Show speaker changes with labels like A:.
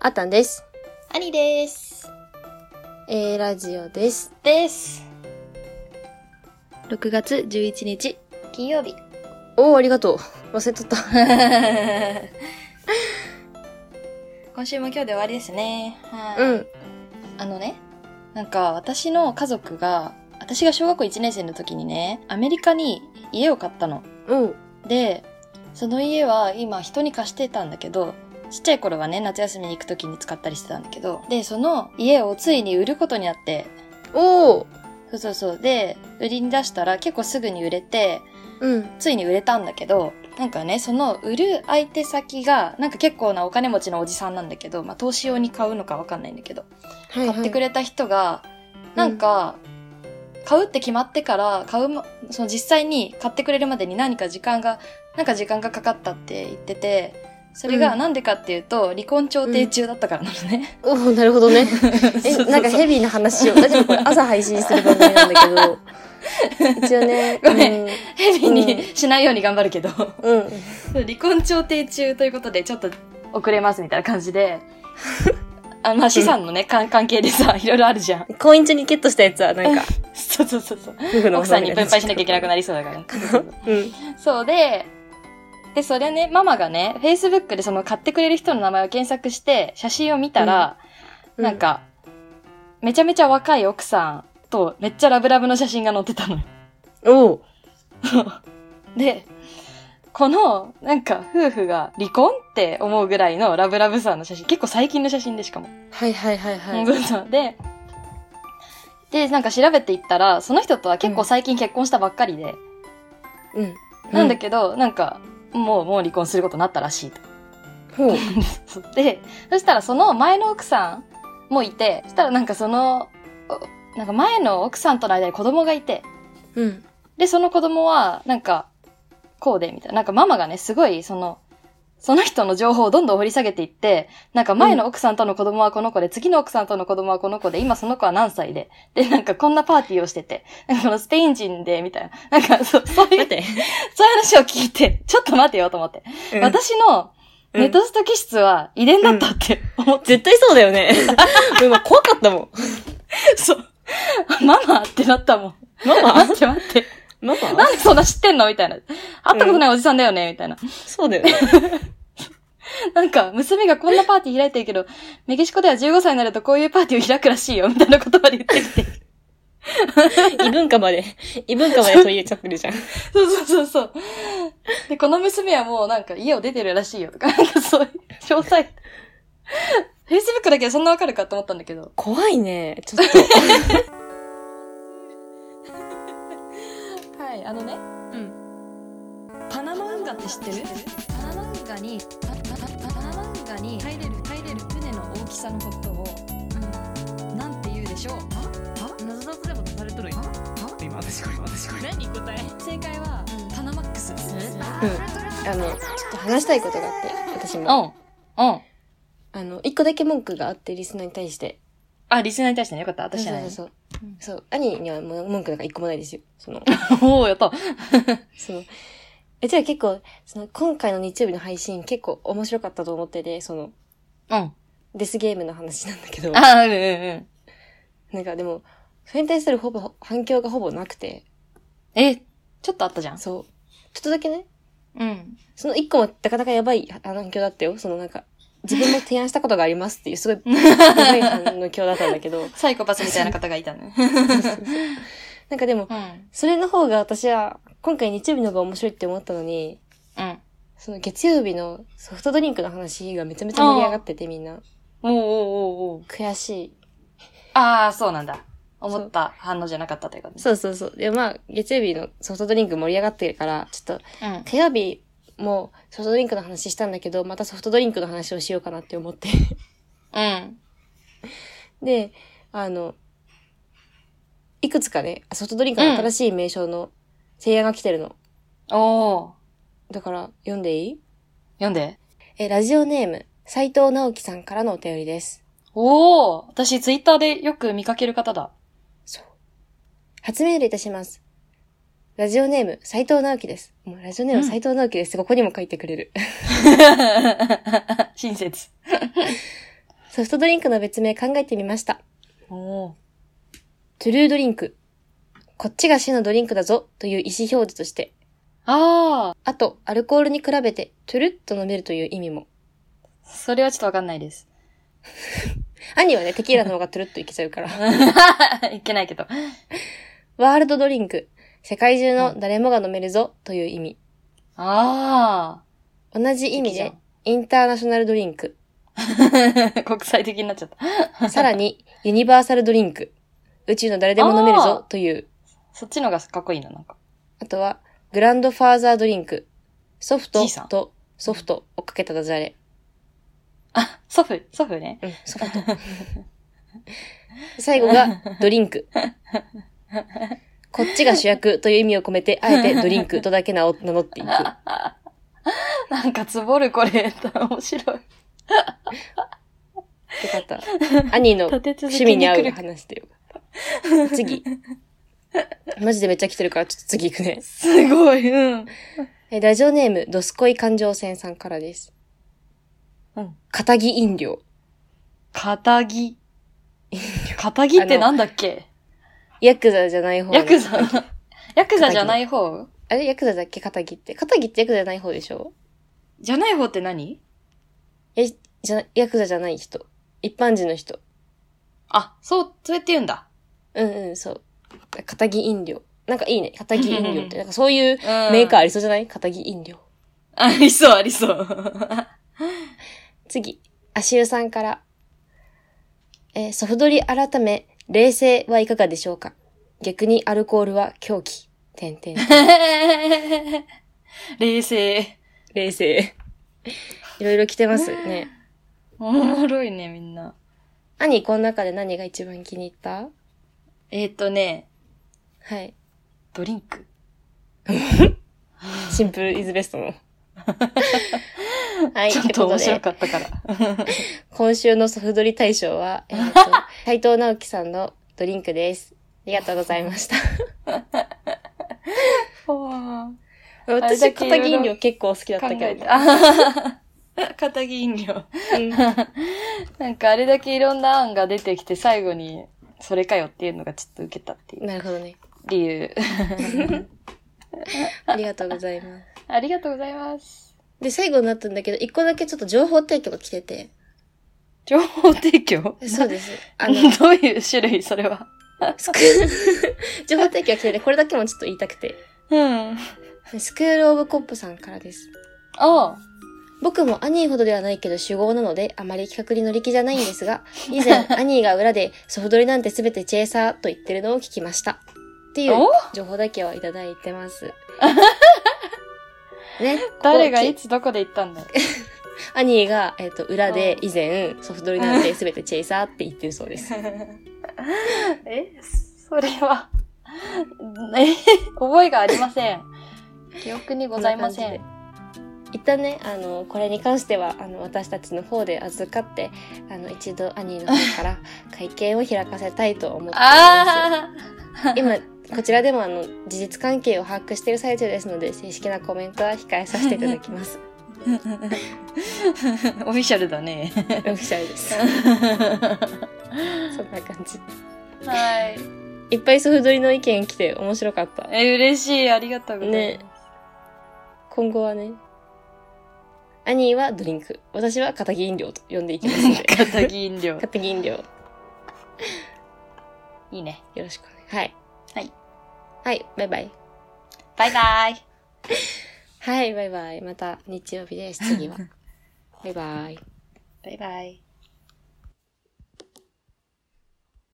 A: あったんです。
B: 兄です。
A: えー、ラジオです。
B: です。
A: 6月11日。
B: 金曜日。
A: おー、ありがとう。忘れとった。
B: 今週も今日で終わりですね。はい。
A: うん。
B: あのね、なんか私の家族が、私が小学校1年生の時にね、アメリカに家を買ったの。
A: おう。
B: で、その家は今人に貸してたんだけど、ちっちゃい頃はね、夏休みに行く時に使ったりしてたんだけど、で、その家をついに売ることになって、
A: おー。
B: そうそうそう。で、売りに出したら結構すぐに売れて、
A: うん。
B: ついに売れたんだけど、なんかね、その売る相手先が、なんか結構なお金持ちのおじさんなんだけど、まあ投資用に買うのかわかんないんだけど、
A: 買
B: 買ってく
A: れ。
B: れた人が、なんか、買うって決まってから、買うま、その実際に買ってくれるまでに何か時間が、なんか時間がかかったって言ってて、それ
A: う
B: が
A: ん
B: なんでかっていうと、離婚調停中だったからなのね。
A: おー、なるほどね。え、
B: そうそうそう
A: なんかヘビーな話を。大丈夫これ朝配信する番組なんだけ ど。一応ね。
B: ごめん
A: うん。
B: ヘビに
A: う
B: しないように頑張るけど。
A: うん。
B: 離婚調停中ということで、ちょっと遅れますみたいな感 じで。あまあ、資産のね、かん関係でさ、いろいろあるじゃん。
A: 婚姻中にゲットしたやつは、なん か、
B: そうそうそうそう。
A: 夫婦の
B: 奥さんに分配しなきゃいけなく
A: な
B: なりそうだからね。
A: うん。
B: そうで、で、それね、ママがね、Facebook でその買ってくれる人の名前を検索して、写真を見たら、
A: うん
B: なんか、めちゃめちゃ若い奥さんと、めっちゃラブラブの写真が載ってたのよ。
A: おう。
B: で、この、なんか、夫婦が離婚って思うぐらいのラブラブさんの写真、結構最近の写真でしかも。
A: はいはいはいはい。
B: そうそうで、で、なんか調べていったら、その人とは結構最近結婚したばっかりで、
A: うん。
B: なんだけど、なんか、もう、もう離婚することになったらしいと。
A: ほう。
B: そうで、そしたらその前の奥さんもいて、そしたらなんかその、おなんか前の奥さんとの間に子供がいて、
A: うん。
B: で、その子供は、なんか、こうで、みたいな。なんかママがね、すごい、その、その人の情報をどんどん掘り下げていって、なんか前の奥さんとの子供はこの子で、次の奥さんとの子供はこの子で、今その子は何歳で、で、なんかこんなパーティーをしてて、なんかこのスペイン人で、みたいな。なんか、そう、 そういう、
A: て。
B: そういう話を聞いて、ちょっと待てよと思って。私のネトスト気質は遺伝だったって思って、
A: 絶対そうだよね。 今怖かったもん。
B: そう。ママってなったもん。
A: マ マ
B: 待って待って。
A: ママ
B: なんでそんな知ってんのみたいな。会ったことないおじさんだよねみたいな。
A: そうだよね。
B: なんか、娘がこんなパーティー開いてるけど、メキシコでは15歳になるとこういうパーティーを開くらしいよ、みたいな言葉で言ってきて。
A: 異文化まで、異文化まで取り入れちゃってるじゃん。
B: そうそうそうそう。で、この娘はもうなんか家を出てるらしいよ、とか、なんかそういう、詳細。Facebook だけでそんなわかるかと思ったんだけど。
A: 怖いね、ち ょっと。
B: はい、あのね。パナマ運河って知ってるパナマ運河に、パナマ運河に入れる、入れる船の大きさのことを、なんて言うでしょう
C: 謎だれば出されとる今今私これ私これ何答え
B: 正解は、パナマックス。
A: うん。あの、ちょっと話したいことがあって、私
B: う
A: も。
B: ん。うん。
A: あの、一個だけ文句があって、リスナーに対して。
B: あ、リスナーに対してね、よかった。私じゃ
A: そう
B: ない
A: そう
B: ね。
A: そう
B: うん。
A: そう。兄にはもう文句なんか一個もないですよ。そ の、
B: おー、やった。
A: その、え、じゃあ結構、その、今回の日曜日の配信結構面白かったと思ってて、その、
B: うん。
A: デスゲームの話なんだけど。
B: あ、うんうんうん。
A: なんかでも、それに対するほぼ、反響がほぼなくて、
B: え、ちょっとあったじゃん。
A: そう。ちょっとだけね、
B: うん。
A: その一個もなかなかやばいあ反響だったよ。そのなんか、自分も提案したことがありますっていう、すご い、すごい反響だったんだけど、
B: サイコパスみたいな方がいたね。
A: なんかでも、
B: うん。
A: それの方が私は、今回日曜日の方が面白いって思ったのに、
B: うん。
A: その月曜日のソフトドリンクの話がめちゃめちゃ盛り上がっててみんな、
B: おーおーおーおー
A: 悔しい。
B: あー、そうなんだ。思った反応じゃなかったということね。
A: そうそうそう。で、まあ、月曜日のソフトドリンク盛り上がってるから、ちょっと、
B: うん。
A: 火曜日もソフトドリンクの話したんだけど、またソフトドリンクの話をしようかなって思って。
B: うん。
A: で、あの、いくつかね、ソフトドリンクの新しい名称の提案が来てるの。
B: おー。
A: だから、読んでいい
B: 読んで。
A: え、ラジオネーム、斉藤直樹さんからのお便りです。
B: おー。私、ツイッターでよく見かける方だ。
A: そう。初メールいたします。ラジオネーム、斉藤直樹です。もうラジオネーム、
B: うん
A: 斉藤直樹です。ここにも書いてくれる。
B: 親切。
A: ソフトドリンクの別名考えてみました。
B: おー
A: トゥルードリンク。こっちが死のドリンクだぞという意思表示として。
B: ああ、
A: あと、アルコールに比べて、トゥルッと飲めるという意味も。
B: それはちょっとわかんないです。
A: 兄はね、テキーラの方がトゥルッといけちゃうから。
B: いけないけど。
A: ワールドドリンク。世界中の誰もが飲めるぞという意味。
B: ああ、
A: 同じ意味
B: いい
A: で、インターナショナルドリンク。
B: じゃん 国際的になっちゃった。
A: さらに、ユニバーサルドリンク。宇宙の誰でも飲めるぞという。
B: そっちのがかっこいいな、なんか。
A: あとは、グランドファーザードリンク。ソフト
B: じいさん
A: とソフトをかけたダジャレ。
B: あ、祖父、祖父ね。
A: うん、ソフト。最後が、ドリンク。こっちが主役という意味を込めて、あえてドリンクとだけ名を名乗っていく。
B: なんかつぼるこれ、面白い。
A: よかった。兄の
B: 立て続
A: 趣味
B: けに
A: に合
B: 来
A: う
B: る。
A: 話でよかった。 次。マジでめっちゃ来てるから、ちょっと次行くね。
B: すごい、うん。
A: えラジオネーム、ドスコイ環状線さんからです。
B: うん。
A: 片木飲料。
B: 片 木。片木ってなんだっけ
A: ヤクザじゃない方の。
B: ヤク ザ。ヤクザじゃない方
A: あれヤクザだっけ片木って。片木ってヤクザじゃない方でしょ
B: じゃない方って何
A: え、じゃな、ヤクザじゃない人。一般人の人。
B: あ、そう、それって言うんだ。
A: うんうん、そう。片木飲料。なんかいいね。片木飲料っ
B: うん
A: て。なんかそういう
B: うん。
A: メーカーありそうじゃない片木飲料。
B: ありそう、 ありそう。
A: 次。足湯さんから。えーソフドリ改め、冷静はいかがでしょうか逆にアルコールは狂気。てんてん。
B: 冷静。
A: 冷静。 いろいろ来てますね。
B: おもろいね、みんな。
A: 兄、この中で何が一番気に入った
B: えっ、とね、
A: はい。
B: ドリンク。
A: シンプルイズベストの。はい、
B: ちょっ
A: ということ
B: 面
A: で
B: 白かった から。
A: 今週のソフドリ大賞は、え ーと斉藤直樹さんのドリンクです。ありがとうございました。
B: 考れだ
A: 私、
B: け
A: 片銀量結構好きだったけ
B: え
A: ど
B: て。
A: な。
B: あ 片木飲料。
A: うん
B: なんかあれだけいろんな案が出てきて最後に、それかよっていうのがちょっと受けたっていう
A: なるほどね。
B: 理由。
A: ありがとうございます。
B: ありがとうございます。
A: で、最後になったんだけど、一個だけちょっと情報提供が来てて。
B: 情報提供
A: そうです。あの、
B: どういう種類それは。
A: スクール、情報提供が来てて、これだけもちょっと言いたくて。
B: うん。あ
A: スクールオブコップさんからです。
B: あ。
A: 僕もアニーほどではないけど主語なのであまり企画に乗り気じゃないんですが、以 前アニーが裏でソフドリなんて全てチェイサーと言ってるのを聞きました。っていう
B: お
A: 情報だけはいただいてます。 ね。
B: 誰がい
A: ここ
B: つどこで行ったんだよ。
A: アニーが、えっ、と、裏で以前ソフドリなんて全てチェイサーって言ってるそうです。
B: えそれは、え覚えがありません。記憶にございません。
A: こな感じで。一旦ね、あの、これに関しては、あの、私たちの方で預かって、あの、一度アニーの方 から会見を開かせたいと思っています。
B: あ
A: 今こちらでもあの事実関係を把握している最中ですので正式なコメントは控えさせていただき ます
B: あ オフィシャルだね。
A: オフィシャル ですそんな感じ
B: はい。
A: いっぱいソフドリの意見来て面白かった
B: え、嬉しい。ありがとうございます。
A: ね今後はね兄はドリンク私は片木飲料と呼んでいきますので
B: 片 木飲料。
A: 片木飲料よ
B: いいね。
A: ろしくお願いはい
B: はい
A: はいバイバイ
B: バイバイ。
A: はいバイバイまた日曜日です次はバイバイ
B: バイバイ。